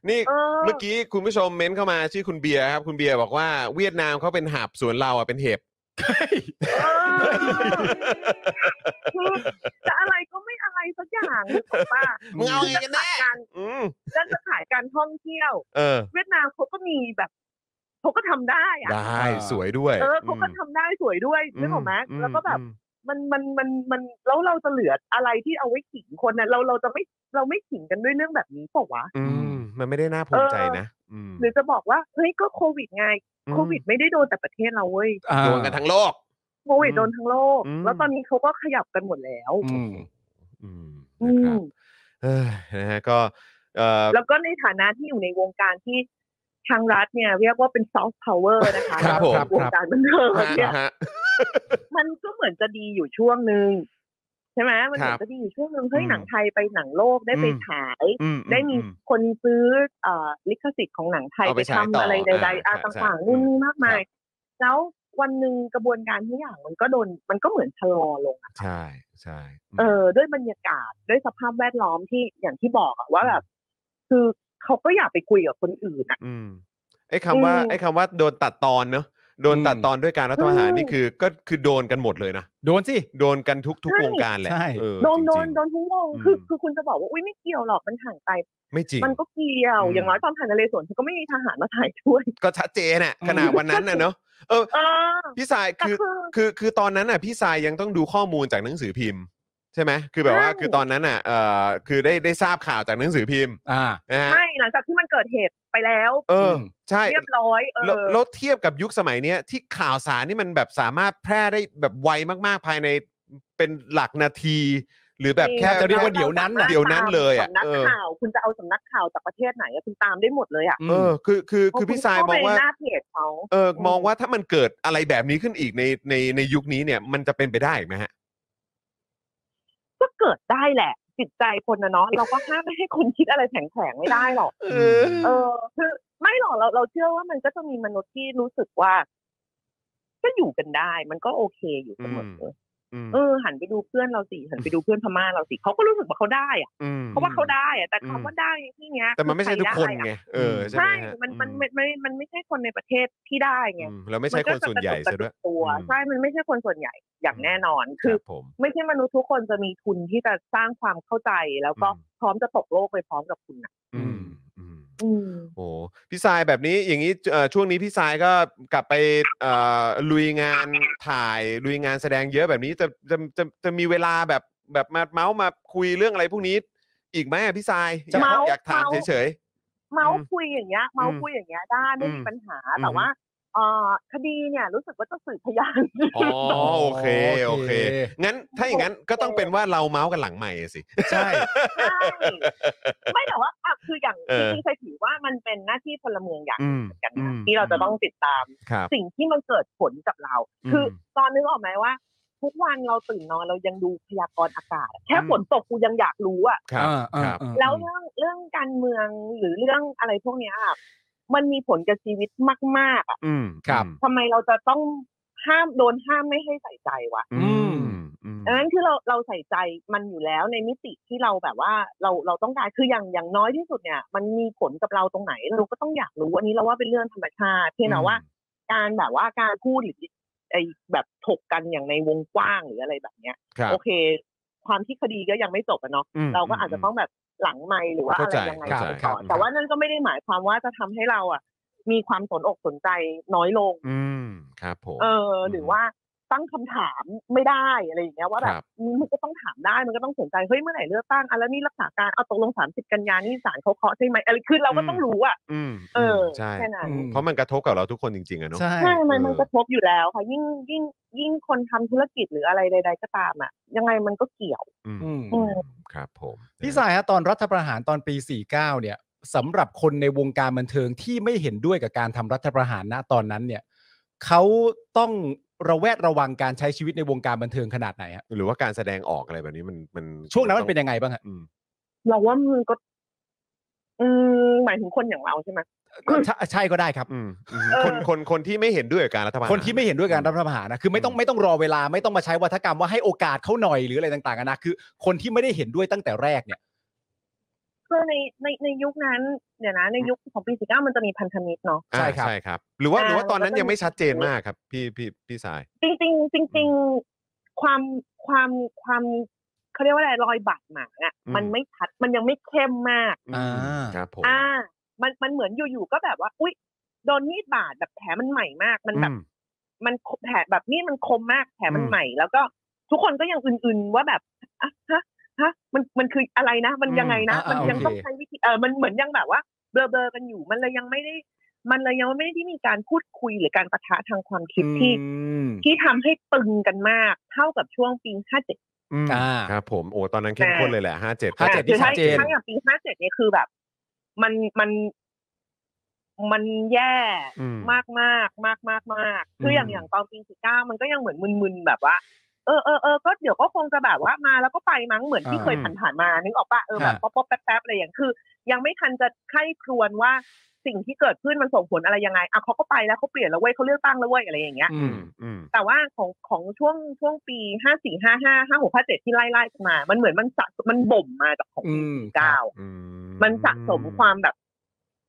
[SPEAKER 1] นี่
[SPEAKER 3] เออ
[SPEAKER 1] เมื่อกี้คุณผู้ชมเม้นเข้ามาชื่อคุณเบียร์ครับ คุณเบียร์บอกว่าเวียดนามเขาเป็นหับส่วนเราอ่ะเป็นเห็บ
[SPEAKER 3] เออคือจะอะไรก็ไม่อะไรสักอย่างถูกป่ะ
[SPEAKER 1] มึงเอาไงกันแน่
[SPEAKER 3] ด้านการ
[SPEAKER 1] อืม
[SPEAKER 3] ด้านสถานการท่องเที่ยว
[SPEAKER 1] เออ
[SPEAKER 3] เวียดนามเขาก็มีแบบเขาก็ทำได้อะ
[SPEAKER 1] ได้
[SPEAKER 2] อ่า
[SPEAKER 1] สวยด้วย
[SPEAKER 3] เออเขาก็
[SPEAKER 1] ม
[SPEAKER 3] ทำได้สวยด้วยนึกออกไหม
[SPEAKER 1] ม
[SPEAKER 3] แล้วก็แบบ
[SPEAKER 1] อืม
[SPEAKER 3] มันมันมันมันแล้วเราจะเหลืออะไรที่เอาไว้ขิงคนนะเราเราจะไม่เราไม่ขิงกันด้วยเรื่องแบบนี้เปล่าวะ
[SPEAKER 1] อืมมันไม่ได้น่าภูมิใจนะม
[SPEAKER 3] หรือจะบอกว่าเฮ้ยก็โควิดไงโควิดไม่ได้โดนแต่ประเทศเราเว้ย
[SPEAKER 2] อ่า
[SPEAKER 1] โดนกันทั้งโลก
[SPEAKER 3] โควิดโดนทั้งโลก
[SPEAKER 1] อืม
[SPEAKER 3] แล้วตอนนี้เขาก็ขยับกันหมดแล้ว
[SPEAKER 2] อืม
[SPEAKER 1] อืม
[SPEAKER 3] อื
[SPEAKER 1] นะครับเอ้ย
[SPEAKER 3] ม
[SPEAKER 1] นะฮะก็เอ่อ
[SPEAKER 3] แล้วก็ในฐานะที่อยู่ในวงการที่ทางรัฐเนี่ย เรียกว่าเป็นซอฟต์พาวเวอร์นะคะ
[SPEAKER 1] ครับผม
[SPEAKER 3] วงการบันเทิง
[SPEAKER 1] ฮะ
[SPEAKER 3] เนี่ย
[SPEAKER 1] ฮะ
[SPEAKER 3] มันก็เหมือนจะดีอยู่ช่วงหนึ่งใช่ไหมมันเหมื
[SPEAKER 1] ค
[SPEAKER 3] อ
[SPEAKER 1] รับ
[SPEAKER 3] นจะดีอยู่ช่วงหนึ่งเฮ้ย
[SPEAKER 1] อืม
[SPEAKER 3] หนังไทยไปหนังโลกได้ไป
[SPEAKER 1] อืม
[SPEAKER 3] ฉาย
[SPEAKER 1] อือื
[SPEAKER 3] ได้มี
[SPEAKER 1] อื
[SPEAKER 3] คนซื้อเอ่อลิขสิทธิ์ของหนังไทย
[SPEAKER 1] เอาไป
[SPEAKER 3] ไป
[SPEAKER 1] ฉายต่อ
[SPEAKER 3] ทำอะไรใดๆ
[SPEAKER 1] อ่า
[SPEAKER 3] อา
[SPEAKER 1] ใช่
[SPEAKER 3] ต่าง
[SPEAKER 1] ใช่
[SPEAKER 3] ๆนู่นนี่มากมาย
[SPEAKER 1] ครับ
[SPEAKER 3] แล้ววันหนึ่งกระบวนการทุกอย่างมันก็โดนมันก็เหมือนชะลอลงอะ
[SPEAKER 1] ใช่ใช่ม
[SPEAKER 3] เออ ด้วยบรรยากาศด้วยสภาพแวดล้อมที่อย่างที่บอกอะว่าแบบ คือเขาก็อยากไปคุยกับคนอื่นอะ
[SPEAKER 1] อืมไอ้คำว่า
[SPEAKER 3] อืม
[SPEAKER 1] ไอ้คำว่าโดนตัดตอนเนอะโดนตัด
[SPEAKER 2] อืม
[SPEAKER 1] ตอนด้วยการรัฐประหาร
[SPEAKER 3] อืม
[SPEAKER 1] นี่คือก็คือโดนกันหมดเลยนะ
[SPEAKER 2] โดนสิ
[SPEAKER 1] โดนกันทุกทุกวงการแหละ
[SPEAKER 2] ใช่
[SPEAKER 1] เออ
[SPEAKER 3] โดนโด
[SPEAKER 1] จริ
[SPEAKER 3] น
[SPEAKER 1] งๆ
[SPEAKER 3] โดนทุกวงคืออ
[SPEAKER 1] ม
[SPEAKER 3] คือคุณจะบอกว่าอุ้ยไม่เกี่ยวหรอกมันห่างไกล
[SPEAKER 1] ไม่จริง
[SPEAKER 3] มันก็เกี่ยว
[SPEAKER 1] อืม
[SPEAKER 3] อย่างน้อยตอนถ่ายนเรศวรก็ไม่มีทหารมาถ่ายด้วย
[SPEAKER 1] ก็ชัดเจนน่ะขนาดวันนั้นน่ะเนอะ
[SPEAKER 3] เออ
[SPEAKER 1] พี่สาย
[SPEAKER 3] แต่
[SPEAKER 1] คือ
[SPEAKER 3] คือ
[SPEAKER 1] คือคือตอนนั้นน่ะพี่สายยังต้องดูข้อมูลจากหนังสือพิมพ์ ใช่ไหมคือแบบว่า
[SPEAKER 3] ใช่
[SPEAKER 1] คือตอนนั้นน่ะเออคือได้ได้ทราบข่าวจากหนังสือพิมพ์
[SPEAKER 2] อ่า
[SPEAKER 1] นะฮะ
[SPEAKER 3] ไม่หลังจากที่มันเกิดเหตุไปแล้ว
[SPEAKER 1] เอออ
[SPEAKER 2] ม
[SPEAKER 1] ใช่
[SPEAKER 3] เรียบร้อยเอ
[SPEAKER 1] แล้ว
[SPEAKER 3] อ
[SPEAKER 1] แล้วเทียบกับยุคสมัยเนี้ยที่ข่าวสารนี่มันแบบสามารถแพร่ได้แบบไวมากๆภายในเป็นหลักนาที หรือแบบ
[SPEAKER 3] จง
[SPEAKER 1] แค่
[SPEAKER 2] จเรียกว่าเดี๋ยวนั้นน่ะ
[SPEAKER 1] เดี๋ยวนั้นเลยอะ
[SPEAKER 3] สำนัก
[SPEAKER 1] เออ
[SPEAKER 3] ข่าวคุณจะเอาสำนักข่าวจากประเทศไหนอะคุณตามได้หมดเลยอ่ะ
[SPEAKER 1] เออคือคือ
[SPEAKER 3] เพระ
[SPEAKER 1] คือพี่
[SPEAKER 3] ณ
[SPEAKER 1] ทราย
[SPEAKER 3] เข้
[SPEAKER 1] มอง
[SPEAKER 3] ไป
[SPEAKER 1] ว่า
[SPEAKER 3] หน้าเพจเขา
[SPEAKER 1] เออ
[SPEAKER 3] อืม
[SPEAKER 1] มองว่าถ้ามันเกิดอะไรแบบนี้ขึ้นอีกในในในยุคนี้เนี่ย มันจะเป็นไปได้อีกไหมฮะ
[SPEAKER 3] ก็เกิดได้แหละ จิตใจคนนะเนาะเราก็ห้ามไม่ให้คนคิดอะไรแผลงๆไม่ได้หรอก
[SPEAKER 1] เอ
[SPEAKER 2] อ
[SPEAKER 3] เออ คือไม่หรอกเราเราเชื่อว่ามันก็จะมีมนุษย์ที่รู้สึกว่า ก็อยู่กันได้ มันก็โอเคอยู่เสมออ
[SPEAKER 1] อืม
[SPEAKER 3] เออหันไปดูเพื่อนเราสิหันไปดูเพื่อนพม่าเราสิเขาก็รู้สึกว่าเขาได้อะ
[SPEAKER 1] อืม
[SPEAKER 3] เขาว่าเขาได้อะแต่
[SPEAKER 1] อืม
[SPEAKER 3] คำว่าได้ในที่เนี้ย
[SPEAKER 1] แต่มันไม่ใช่ทุกคน
[SPEAKER 3] อ
[SPEAKER 1] ไงเออ
[SPEAKER 3] ใคร
[SPEAKER 1] ใช่ไห
[SPEAKER 3] ได้
[SPEAKER 1] ม
[SPEAKER 3] อะ
[SPEAKER 1] ฮะ
[SPEAKER 3] ใช่มันมัน
[SPEAKER 1] อื
[SPEAKER 3] มันมันมันไม่ใช่คนในประเทศที่ได้ไง
[SPEAKER 1] อืมแล้วไม่ใช่คนส่วนใหญ่
[SPEAKER 3] มัก็
[SPEAKER 1] ซะ
[SPEAKER 3] จะก
[SPEAKER 1] ด้วย
[SPEAKER 3] ระตุกกระตัว
[SPEAKER 1] อืม
[SPEAKER 3] ใช่มันไม่ใช่คนส่วนใหญ่อย่างแน่นอน
[SPEAKER 1] คื
[SPEAKER 3] คือ อ
[SPEAKER 1] ผม
[SPEAKER 3] ไม่ใช่มนุษย์ทุกคนจะมีทุนที่จะสร้างความเข้าใจแล้วก็
[SPEAKER 1] อืม
[SPEAKER 3] พร้อมจะตกโลกไปพร้อมกับคุณนะ
[SPEAKER 1] อืมอืม
[SPEAKER 3] อืม
[SPEAKER 1] โอ้พี่ทรายแบบนี้อย่างนี้เอ่อช่วงนี้พี่ทรายก็กลับไปเอ่อลุยงานถ่ายลุยงานแสดงเยอะแบบนี้จะจะจะจะมีเวลาแบบแบบมาเมาส์มาคุยเรื่องอะไรพวกนี้ อีกไหมอะพี่ทรายอยาก
[SPEAKER 3] เมาส์
[SPEAKER 1] อยากถาม
[SPEAKER 3] เมาส์
[SPEAKER 1] เฉย
[SPEAKER 3] เมาส์
[SPEAKER 1] อืม
[SPEAKER 3] คุยอย่างเงี้ย เมาส์
[SPEAKER 1] อืม
[SPEAKER 3] คุยอย่างเงี้ยได้ไม่มี
[SPEAKER 1] อืม
[SPEAKER 3] ปัญหา
[SPEAKER 1] อื
[SPEAKER 3] แต่
[SPEAKER 1] ม
[SPEAKER 3] ว่าเอ่อคดีเนี่ยรู้สึกว่าจะสืบพยาน <laughs>
[SPEAKER 1] อ๋อโอเคโอเค งั้นถ้าอย่างนั้นก็ต้องเป็นว่าเราเมาส์กันหลังใหม่สิ
[SPEAKER 2] ใช่
[SPEAKER 3] ใช่ไม่แต่ว่าอ่ะคืออย่าง
[SPEAKER 1] เออ
[SPEAKER 3] จริงๆเคยถือว่ามันเป็นหน้าที่พลเมืองอย่าง
[SPEAKER 1] อืม
[SPEAKER 3] เหมือนกัน
[SPEAKER 1] อื
[SPEAKER 3] นะ
[SPEAKER 1] ม
[SPEAKER 3] ที่เราจะต้องติดตาม
[SPEAKER 1] ครับ
[SPEAKER 3] สิ่งที่มันเกิดผลกับเรา
[SPEAKER 1] อืม
[SPEAKER 3] คือตอนนึกออกไหมว่า ทุกวันเราตื่นนอนเรายังดูพยากรณ์อากาศ แค่
[SPEAKER 1] อืม
[SPEAKER 3] ฝนตกกูยังอยากรู้อะ
[SPEAKER 1] ครับ
[SPEAKER 2] อ่าอ่า
[SPEAKER 1] ครับ
[SPEAKER 2] อ่า
[SPEAKER 3] แล้วเรื่องเรื่องการเมืองหรือเรื่องอะไรพวกเนี้ยอะมันมีผลกับชีวิตมากๆอะ
[SPEAKER 1] อืม
[SPEAKER 2] ครับ
[SPEAKER 3] ทำไมเราจะต้องห้ามโดนห้ามไม่ให้ใส่ใจวะ
[SPEAKER 1] อืมอืม
[SPEAKER 3] ดังนั้นคือเราเราใส่ใจมันอยู่แล้วในมิติที่เราแบบว่าเราเราต้องการคืออย่างอย่างน้อยที่สุดเนี่ย มันมีผลกับเราตรงไหนเราก็ต้องอยากรู้อันนี้เราว่าเป็นเรื่องธรรมชาติเพียงแต่ว่า การแบบว่าการพูดหรือไอแบบถกกันอย่างในวงกว้างหรืออะไรแบบเนี้ย
[SPEAKER 1] ครับ
[SPEAKER 3] โอเค ความที่คดีก็ยังไม่จบอะเนาะ
[SPEAKER 1] ม
[SPEAKER 3] เราก็อาจจะต้องแบบหลังไม่หรือว่า
[SPEAKER 1] เข้า
[SPEAKER 3] อะไร
[SPEAKER 1] ใจ
[SPEAKER 3] ยังไง
[SPEAKER 1] เข้าใจ
[SPEAKER 3] ไปก่อน
[SPEAKER 1] ครับ
[SPEAKER 3] แต่ว่านั่นก็ไม่ได้หมายความว่าจะทำให้เราอ่ะ มีความสนอกสนใจน้อยลง
[SPEAKER 1] อืมครับผม
[SPEAKER 3] เออหรือว่าตั้งคำถามไม่ได้อะไรอย่างเงี้ยว่าแบ
[SPEAKER 1] ครับ
[SPEAKER 3] บมันก็ต้องถามได้มันก็ต้องสนใจเฮ้ยเมื่อไหร่เลือกตั้งอ่ะแล้วนี่รักษาการเอาตกลงสามสิบกันยานี่ศาลเขาเคาะใช่ไหมอะไรคือเราก็
[SPEAKER 1] อืม
[SPEAKER 3] ต้องรู้อ่ะ
[SPEAKER 1] อืม
[SPEAKER 3] เออ
[SPEAKER 1] ใช่
[SPEAKER 3] แค่นั้น
[SPEAKER 2] อืม
[SPEAKER 1] เพราะมันกระทบกับเราทุกคนจริงๆอะเนาะ
[SPEAKER 2] ใช่
[SPEAKER 3] ใช่มันมัน
[SPEAKER 1] เออ
[SPEAKER 3] กระทบอยู่แล้วค่ะยิ่งยิ่งยิ่งคนทำธุรกิจหรืออะไรใด ๆ ก็ตามอ่ะ ยังไงมันก็เกี่ยว
[SPEAKER 1] อืม
[SPEAKER 2] อืม
[SPEAKER 1] อืมครับผม
[SPEAKER 2] พี่สายฮะตอนรัฐประหารตอนปี 49 เนี่ยสำหรับคนในวงการบันเทิงที่ไม่เห็นด้วยกับการทำรัฐประหารณตอนนั้นเนี่ยเขาต้องระแวดระวังการใช้ชีวิตในวงการบันเทิงขนาดไหนฮะ
[SPEAKER 1] หรือว่าการแสดงออกอะไรแบบนี้มันมัน
[SPEAKER 2] ช่วงนั้นมันเป็นยังไงบ้างฮะ
[SPEAKER 1] อืม
[SPEAKER 3] เราว่ามันก็ อืมหมายถึงคนอย่างเราใช่ไหม
[SPEAKER 2] ใช่ใช่ก็ได้ครับ
[SPEAKER 1] อืมอืม
[SPEAKER 3] เออ
[SPEAKER 1] คนคนคนที่ไม่เห็นด้วยกับการรัฐบาล
[SPEAKER 2] คนที่ไม่เห็นด้วยกับการรัฐประหารนะคือไม่ต้อง
[SPEAKER 1] อืม
[SPEAKER 2] ไม่ต้องรอเวลาไม่ต้องมาใช้วัฒกรรมว่าให้โอกาสเขาหน่อยหรืออะไรต่างๆนะคือ คนที่ไม่ได้เห็นด้วยตั้งแต่แรกเนี่ย
[SPEAKER 3] คือในในในยุคนั้นเดี๋ยวนะ ในยุคของปีสี่เก้ามันจะมีพันธมิตรเนาะ
[SPEAKER 1] อ่า
[SPEAKER 2] ใช่ครับ
[SPEAKER 1] ใช่ครับ หรือว่า
[SPEAKER 3] อ่า
[SPEAKER 1] หรือว่าตอนนั้นยังไม่ชัดเจนมากครับ พี่พี่พี่สาย
[SPEAKER 3] จริงจริงๆจริง ๆ ความความความเขาเรียกว่าอะไรรอยบาดหมางอ่ะ
[SPEAKER 1] อืม
[SPEAKER 3] มันไม่ชัดมันยังไม่เข้มมาก
[SPEAKER 1] อืม
[SPEAKER 2] อ่า
[SPEAKER 1] ครับผม
[SPEAKER 3] อ่า มันมันเหมือนอยู่ๆก็แบบว่า อุ๊ยโดนมีดบาดแบบแผลมันใหม่มาก มันแบบ
[SPEAKER 1] อืม
[SPEAKER 3] มันแผลแบบมีดมันคมมากแผลมัน
[SPEAKER 1] อืม
[SPEAKER 3] ใหม่ แล้วก็ทุกคนก็ยังอื่นๆว่าแบบอ่ะฮะฮะมันมันคืออะไรนะ มันยังไงนะ
[SPEAKER 2] อืมอ่าอ่ายั
[SPEAKER 3] มันยัง
[SPEAKER 2] โอเค
[SPEAKER 3] ต้องใช้วิธีเออมันเหมือนยังแบบว่าเบลอๆกันอยู่ มันเลยยังไม่ได้ มันเลยยังไม่ได้มีการพูดคุยหรือการปะทะทางความคิดที่
[SPEAKER 2] อืม
[SPEAKER 3] ที่ทำให้ตึงกันมากเท่ากับช่วงปี 57
[SPEAKER 1] ม
[SPEAKER 2] อ่า
[SPEAKER 1] ครับผมโอ้ตอนนั้นเข้มข้นเลยแหละห้าเจ็ด
[SPEAKER 2] ห้าเจ็ด
[SPEAKER 3] คือ
[SPEAKER 2] ชั
[SPEAKER 3] ถ้า
[SPEAKER 2] ดเจน
[SPEAKER 3] ถ้าอย่างปี 57 เนี่ยคือแบบ มันมันมันแย่
[SPEAKER 1] อืม
[SPEAKER 3] มากมากมากมากมากคืออย่าง
[SPEAKER 1] อืม
[SPEAKER 3] อย่างตอนปี 49 มันก็ยังเหมือนมึนๆแบบว่า เออเออเออก็เดี๋ยวก็คงจะแบบว่ามาแล้วก็ไปมั้งเหมือนที่
[SPEAKER 2] อ่า
[SPEAKER 3] เคยผ่านๆมา นึกออกปะเออแบบ
[SPEAKER 2] ฮะ
[SPEAKER 3] ป๊อปๆแป๊บๆอะไรอย่างคือ ยังไม่ทันจะไข้ครวนว่าสิ่งที่เกิดขึ้นมันส่งผลอะไรยังไงอ่ะเขาก็ไปแล้วเขาเปลี่ยนแล้วเว้ยเขาเลือกตั้งแล้วเว้ยอะไรอย่างเงี้ย
[SPEAKER 2] อื
[SPEAKER 1] อื
[SPEAKER 2] ม
[SPEAKER 1] มอืม
[SPEAKER 3] แต่ว่าของของช่วงช่วงปีห้าสี่ห้าห้าห้าหกห้าเจ็ดที่ไล่ไล่มา มันเหมือนมันสะมันบ่มมาจากของปี
[SPEAKER 2] อืม
[SPEAKER 3] สี่เก้า
[SPEAKER 1] อื
[SPEAKER 3] มันสะสมความแบบ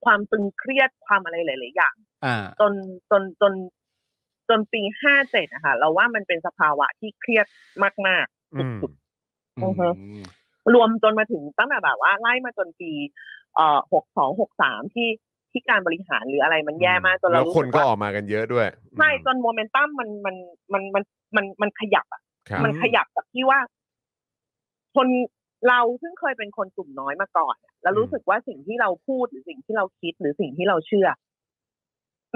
[SPEAKER 3] ความตึงเครียดความอะไรหลาย ๆ อย่าง
[SPEAKER 2] อ่า
[SPEAKER 3] จนจนจน จนปีห้าเจ็ดนะคะเราว่ามันเป็นสภาวะที่เครียดมาก
[SPEAKER 1] อืม
[SPEAKER 3] อือฮึ ๆ รวมจนมาถึงตั้งแต่แบบว่าไล่มาจนปี เอ่อหกสองหกสามที่ที่การบริหารหรืออะไรมันแย่มากจน
[SPEAKER 1] แล้
[SPEAKER 3] เรา
[SPEAKER 1] ว
[SPEAKER 3] รู้
[SPEAKER 1] ค
[SPEAKER 3] สึ
[SPEAKER 1] น
[SPEAKER 3] ก
[SPEAKER 1] ก็
[SPEAKER 3] ว่า
[SPEAKER 1] ออกมากันเยอะด้วย
[SPEAKER 3] ใช่จนโมเมนตัมมันมันมันมันมันมันขยับอะ
[SPEAKER 1] ครับ
[SPEAKER 3] มันขยับจากที่ว่า คนเราซึ่งเคยเป็นคนกลุ่มน้อยมาก่อน แล้วรู้สึกว่าสิ่งที่เราพูดหรือสิ่งที่เราคิดหรือสิ่งที่เราเชื่อ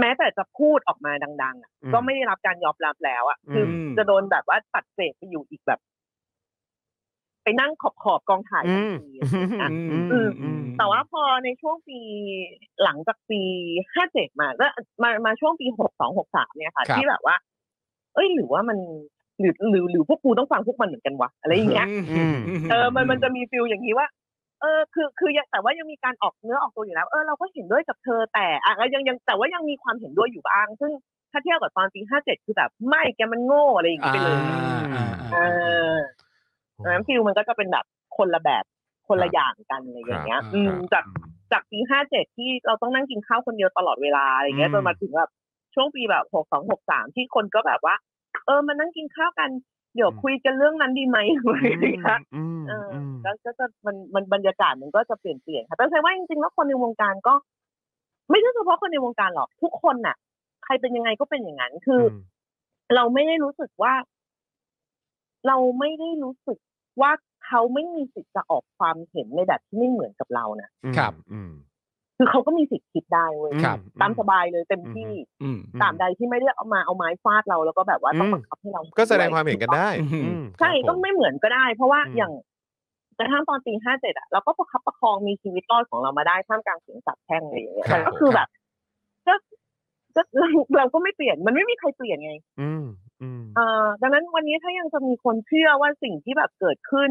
[SPEAKER 3] แม้แต่จะพูดออกมาดัง ๆอะ
[SPEAKER 1] อืม
[SPEAKER 3] ก็ไม่ได้รับการยอมรับแล้วอ่ะคืออ
[SPEAKER 2] ม
[SPEAKER 3] จะโดนแบบว่าตัดเศษไปอยู่อีกแบบ ไปนั่งขอบขอบๆกองถ่ายทันทีอะไรอย่างเงี้ย อืม แต่ว่าพอในช่วงปีหลังจากปีห้าเจ็ดมาแล้วมามาช่วงปีหกสองหกสามเนี่ยค่ะ
[SPEAKER 2] ครับ
[SPEAKER 3] ที่แบบว่า เอ้ยหรือว่ามันหรือหรือหรือพวกกูต้องฟังพวกมันเหมือนกันวะอะไรอย่างเงี้ย
[SPEAKER 1] อืม
[SPEAKER 3] เออมันมันจะมีฟิลอย่างนี้ว่า เออ คือคือยังแต่ว่ายังมีการออกเนื้อออกตัวอยู่แล้ว เออเราก็เห็นด้วยกับเธอแต่อ่ะก็ยังยังแต่ว่ายังมีความเห็นด้วยอยู่บ้าง ซึ่งถ้าเทียบกับตอนปีห้าเจ็ดคือแบบไม่แกมันโง่อะไรอย่างงี้ไปเลย
[SPEAKER 1] อ่า
[SPEAKER 3] เออ ดังนั้นฟิลมันก็จะเป็นแบบคนละแบบคนละอย่างกันอะไรอย่างเงี้
[SPEAKER 2] ค
[SPEAKER 3] ย
[SPEAKER 2] รับ
[SPEAKER 3] อืม
[SPEAKER 1] ครับ
[SPEAKER 3] จากจากปีห้าเจ็ดที่เราต้องนั่งกินข้าวคนเดียวตลอดเวลาอะไรเงี้ย
[SPEAKER 1] อืม
[SPEAKER 3] จนมาถึงแบบช่วงปีแบบหกสองหกสามที่คนก็แบบว่า เออมานั่งกินข้าวกันเดี๋ยวคุยกันเรื่องนั้นดีไหม <laughs> อะไรอย่างเงี้ย
[SPEAKER 1] อืม
[SPEAKER 3] เอออ
[SPEAKER 1] อืม
[SPEAKER 3] แล้วก็จะมันมันบรรยากาศมันก็จะเปลี่ยนเปลี่ยนค่ะแต่ใช่ว่าจริงๆแล้วคนในวงการก็ ไม่ใช่เฉพาะคนในวงการหรอกทุกคนน่ะ ใครเป็นยังไงก็เป็นอย่างนั้นคืออ เราไม่ได้รู้สึกว่า เราไม่ได้รู้สึกว่าเขาไม่มีสิทธิ์จะออกความเห็นในแบบที่ไม่เหมือนกับเรานะ
[SPEAKER 1] อืม
[SPEAKER 2] ครับ
[SPEAKER 1] อืม
[SPEAKER 3] คือเขาก็มีสิทธิ์คิดได้เว้ย
[SPEAKER 1] อืม
[SPEAKER 2] ครับ
[SPEAKER 3] ตามสบายเลยเต็มที่
[SPEAKER 2] อืม
[SPEAKER 1] อื
[SPEAKER 3] ตามใดที่ไม่ได้เอามาเอาไม้ฟาดเราแล้วก็แบบว่าต้อง
[SPEAKER 1] อืม
[SPEAKER 3] บังคับให้เรา
[SPEAKER 1] ก็แสดงความเห็นกันได้
[SPEAKER 2] อืม
[SPEAKER 1] อืม
[SPEAKER 3] ใช่
[SPEAKER 1] ครับผ
[SPEAKER 3] ก็ไม่เหมือนก็ได้ เพราะว่า
[SPEAKER 1] อืม
[SPEAKER 3] อย่างกระทั่งตอนปีห้าเจ็ดอะเราก็ประคับประคองมีชีวิตรอดของเรามาได้ท่ามกลางเสียงสาปแช่งอะไรอย่างเงี้ย
[SPEAKER 2] ครับ
[SPEAKER 3] แต่ก็คือแบบก็ก็เราเราก็ไม่เปลี่ยนมันไม่มีใครเปลี่ยนไง
[SPEAKER 1] อืมอืม
[SPEAKER 3] เอ่อดังนั้นวันนี้ถ้ายังจะมีคนเชื่อว่าสิ่งที่แบบเกิดขึ้น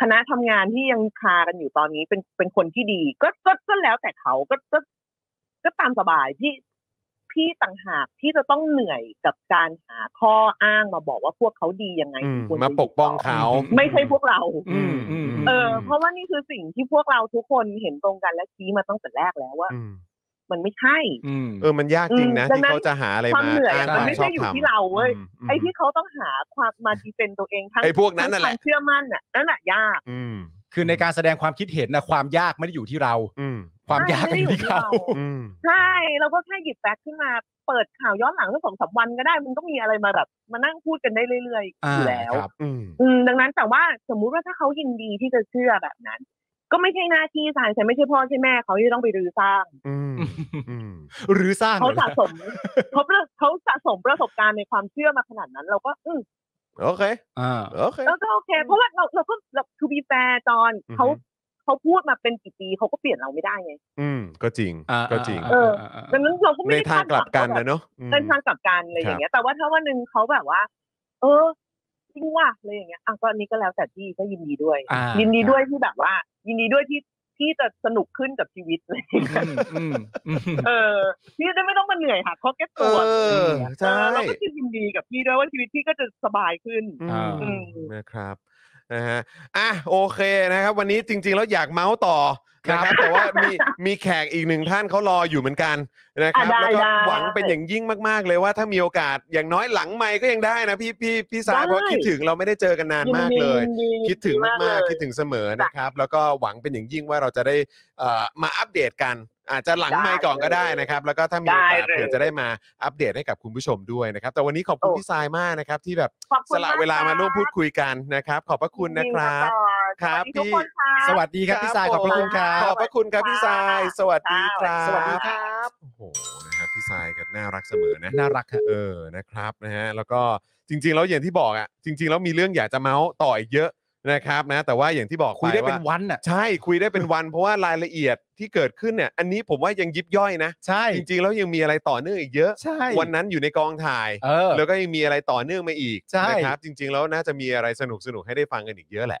[SPEAKER 3] คณะทำงานที่ยังคากันอยู่ตอนนี้เป็นเป็นคนที่ดี ก็ก็ก็แล้วแต่เขาก็ก็ก็ตามสบายพี่พี่ต่างหากที่จะต้องเหนื่อยกับการหาข้ออ้างมาบอกว่าพวกเขาดียังไง
[SPEAKER 1] อืม
[SPEAKER 3] ถึงควรจะ
[SPEAKER 1] มาปกป้องเขา
[SPEAKER 3] อยู่ต่อไม่ใช่พวกเรา
[SPEAKER 2] อืมอืม
[SPEAKER 3] เออ เพราะว่านี่คือสิ่งที่พวกเราทุกคนเห็นตรงกันและชี้มาตั้งแต่แรกแล้วว่า
[SPEAKER 1] อืม
[SPEAKER 3] มันไม่ใช่
[SPEAKER 2] อืม
[SPEAKER 1] เออมันยากจริงนะ
[SPEAKER 3] อืม
[SPEAKER 1] ที่
[SPEAKER 3] ดังนั้น
[SPEAKER 1] เขาจะหาอะไร
[SPEAKER 3] ความ
[SPEAKER 1] มา
[SPEAKER 3] เหนื่อย
[SPEAKER 1] อ้างค
[SPEAKER 2] มัน
[SPEAKER 1] วาม
[SPEAKER 2] ไม่
[SPEAKER 1] ชอบ
[SPEAKER 3] ได้อยู่
[SPEAKER 1] ธรรม
[SPEAKER 3] ที่เราเว้ย
[SPEAKER 1] มม
[SPEAKER 3] ไอ้ที่เขาต้องหาความมาดีเฟนต์ตัวเองทั้ง
[SPEAKER 1] ไอ้พวกนั้นน่ะแห
[SPEAKER 3] ทั้ง
[SPEAKER 1] ละ
[SPEAKER 3] ความเชื่อมั่นน่ะนั่นแหละยาก
[SPEAKER 1] อืม
[SPEAKER 2] คือในการแสดงความคิดเห็นนะความยากไม่ได้อยู่ที่เรา
[SPEAKER 1] อืม
[SPEAKER 2] ความยากมันอยู่ที่เขา
[SPEAKER 1] อืม
[SPEAKER 3] ใช่เราก็แค่หยิบแฟกต์ขึ้นมาเปิดข่าวย้อนหลังสักสองสามวันก็ได้ มันก็มีอะไรมาแบบมานั่งพูดกันได้เรื่อยๆอ
[SPEAKER 2] อ่า
[SPEAKER 3] ยู่แล้ว
[SPEAKER 2] ครับ
[SPEAKER 1] อืม
[SPEAKER 3] อืมดังนั้นแต่ว่าสมมุติว่าถ้าเขายินดีที่จะเชื่อแบบนั้น ก็ไม่ใช่หน้าที่ทรายฉันไม่ใช่พ่อใช่แม่เขาที่ต้องไปรื้อสร้าง
[SPEAKER 1] อืมอืม
[SPEAKER 2] หรือสร้าง
[SPEAKER 3] เขาสะสมเขาประเขาสะสมประสบการณ์ในความเชื่อมาขนาดนั้น เราก็อืม
[SPEAKER 1] โอเค
[SPEAKER 2] อ่า
[SPEAKER 1] โอเค
[SPEAKER 3] เราก็โอเค เพราะว่าเราเราก็เราทูบีแฟร์จอน
[SPEAKER 1] อือฮึ
[SPEAKER 3] เขาเขาพูดมาเป็นกี่ปีเขาก็เปลี่ยนเราไม่ได้ไง
[SPEAKER 1] อืม ก็จริง
[SPEAKER 2] อ่า
[SPEAKER 1] ก็จริง
[SPEAKER 2] าาา
[SPEAKER 3] ดังนั้นเราก็
[SPEAKER 1] ใน
[SPEAKER 3] ไม่ได้
[SPEAKER 1] ทาง
[SPEAKER 3] คด
[SPEAKER 1] ก
[SPEAKER 3] ห
[SPEAKER 1] ลั
[SPEAKER 3] วั
[SPEAKER 1] บกัน
[SPEAKER 3] ว่าแบบ
[SPEAKER 1] นะเนาะอืม
[SPEAKER 3] เดินทางกลับกันอะไรอย่างเงี้ย แต่ว่าถ้าวันหนึ่งเขาแบบว่า เออจริงว่ะอะไรอย่างเงี้ยอ่ะก็อันนี้ก็แล้วแต่พี่ก็ยินดีด้วย
[SPEAKER 2] อ่า
[SPEAKER 3] ยินดีด้วยที่แบบว่า ยินดีด้วยที่ที่จะสนุกขึ้นกับชีวิตเลย
[SPEAKER 2] อืมอืมอืม
[SPEAKER 3] เออพี่จะได้ไม่ต้องมาเหนื่อยหาข้อแก้ตัว
[SPEAKER 1] เออใช่
[SPEAKER 3] เออเราก็จะยินดีกับพี่ด้วยว่าชีวิตพี่ก็จะสบายขึ้น
[SPEAKER 1] อื
[SPEAKER 2] อ่า
[SPEAKER 1] มนะครับนะฮะอ่ะโอเคนะครับ วันนี้จริง ๆ แล้วอยากเมาส์ต่อนะครับ แต่ว่ามีมีแขกอีกหนึ่งท่านเขารออยู่เหมือนกันนะครับ
[SPEAKER 3] อ่ะได้
[SPEAKER 1] แล้วก็
[SPEAKER 3] ได้
[SPEAKER 1] หวังเป็นอย่างยิ่งมากๆเลยว่าถ้ามีโอกาสอย่างน้อยหลังไมค์ก็ยังได้นะพี่พี่พี่สาย
[SPEAKER 3] ได้
[SPEAKER 1] เพราะคิดถึงเราไม่ได้เจอกันนานมากเลย
[SPEAKER 3] นดีน
[SPEAKER 1] คิดถึง
[SPEAKER 3] เล
[SPEAKER 1] มาก
[SPEAKER 3] ย
[SPEAKER 1] ๆคิดถึงเสมอนะครับ แล้วก็หวังเป็นอย่างยิ่งว่าเราจะได้เอ่อมาอัปเดตกัน อาจจะหลังไมค์ก่อนก็ได้นะครับ แล้วก็ถ้ามีโอกาส
[SPEAKER 3] ได้เลย
[SPEAKER 1] เผื่อจะได้มาอัปเดตให้กับคุณผู้ชมด้วยนะครับ แต่วันนี้ขอบคุณ
[SPEAKER 3] โอ้
[SPEAKER 1] พี่สายมากนะครับ ที่แบบ
[SPEAKER 3] ขอบ
[SPEAKER 1] ส
[SPEAKER 3] คุณ
[SPEAKER 1] ละ
[SPEAKER 3] ก
[SPEAKER 1] เวลามาร่วมพูด
[SPEAKER 3] ครับ
[SPEAKER 1] คุยกันนะครับ ขอบพระคุณนะค
[SPEAKER 3] ยิดี
[SPEAKER 1] รับ
[SPEAKER 3] มาก
[SPEAKER 1] ค
[SPEAKER 3] ค
[SPEAKER 1] รั
[SPEAKER 3] รั
[SPEAKER 1] บบ
[SPEAKER 3] ทุก
[SPEAKER 1] พี่
[SPEAKER 3] คนค่ะ
[SPEAKER 2] สวัสดีครับพี่สายขอบพระคุณครับ
[SPEAKER 1] ขอบพระคุณครับพี่สายสวัสดีครับ
[SPEAKER 3] สวัสดีครับ
[SPEAKER 1] โอ้โหนะครับพี่สายกันน่ารักเสมอนะ
[SPEAKER 2] น่ารักฮะ
[SPEAKER 1] เออ นะครับนะฮะ แล้วก็จริง ๆ แล้วอย่างที่บอกอ่ะ จริง ๆ แล้วมีเรื่องอยากจะเมาส์ต่ออีกเยอะนะครับนะ แต่ว่าอย่างที่บอก
[SPEAKER 2] คุยได้เป็
[SPEAKER 1] าน
[SPEAKER 2] วันน่ะ
[SPEAKER 1] ใช่ คุยได้เป็นวัน เพราะว่ารายละเอียดที่เกิดขึ้นเนี่ย อันนี้ผมว่ายังยิบย่อยนะ
[SPEAKER 2] ใช่
[SPEAKER 1] จริง ๆ แล้วยังมีอะไรต่อเนื่องอีกเยอะ
[SPEAKER 2] ใช่
[SPEAKER 1] วันนั้นอยู่ในกองถ่าย
[SPEAKER 2] เออ
[SPEAKER 1] แล้วก็ยังมีอะไรต่อเนื่องมาอีก
[SPEAKER 2] ใช่
[SPEAKER 1] นะครับ จริง ๆ แล้วน่าจะมีอะไรสนุกๆ ให้ได้ฟังกันอีกเยอะแหละ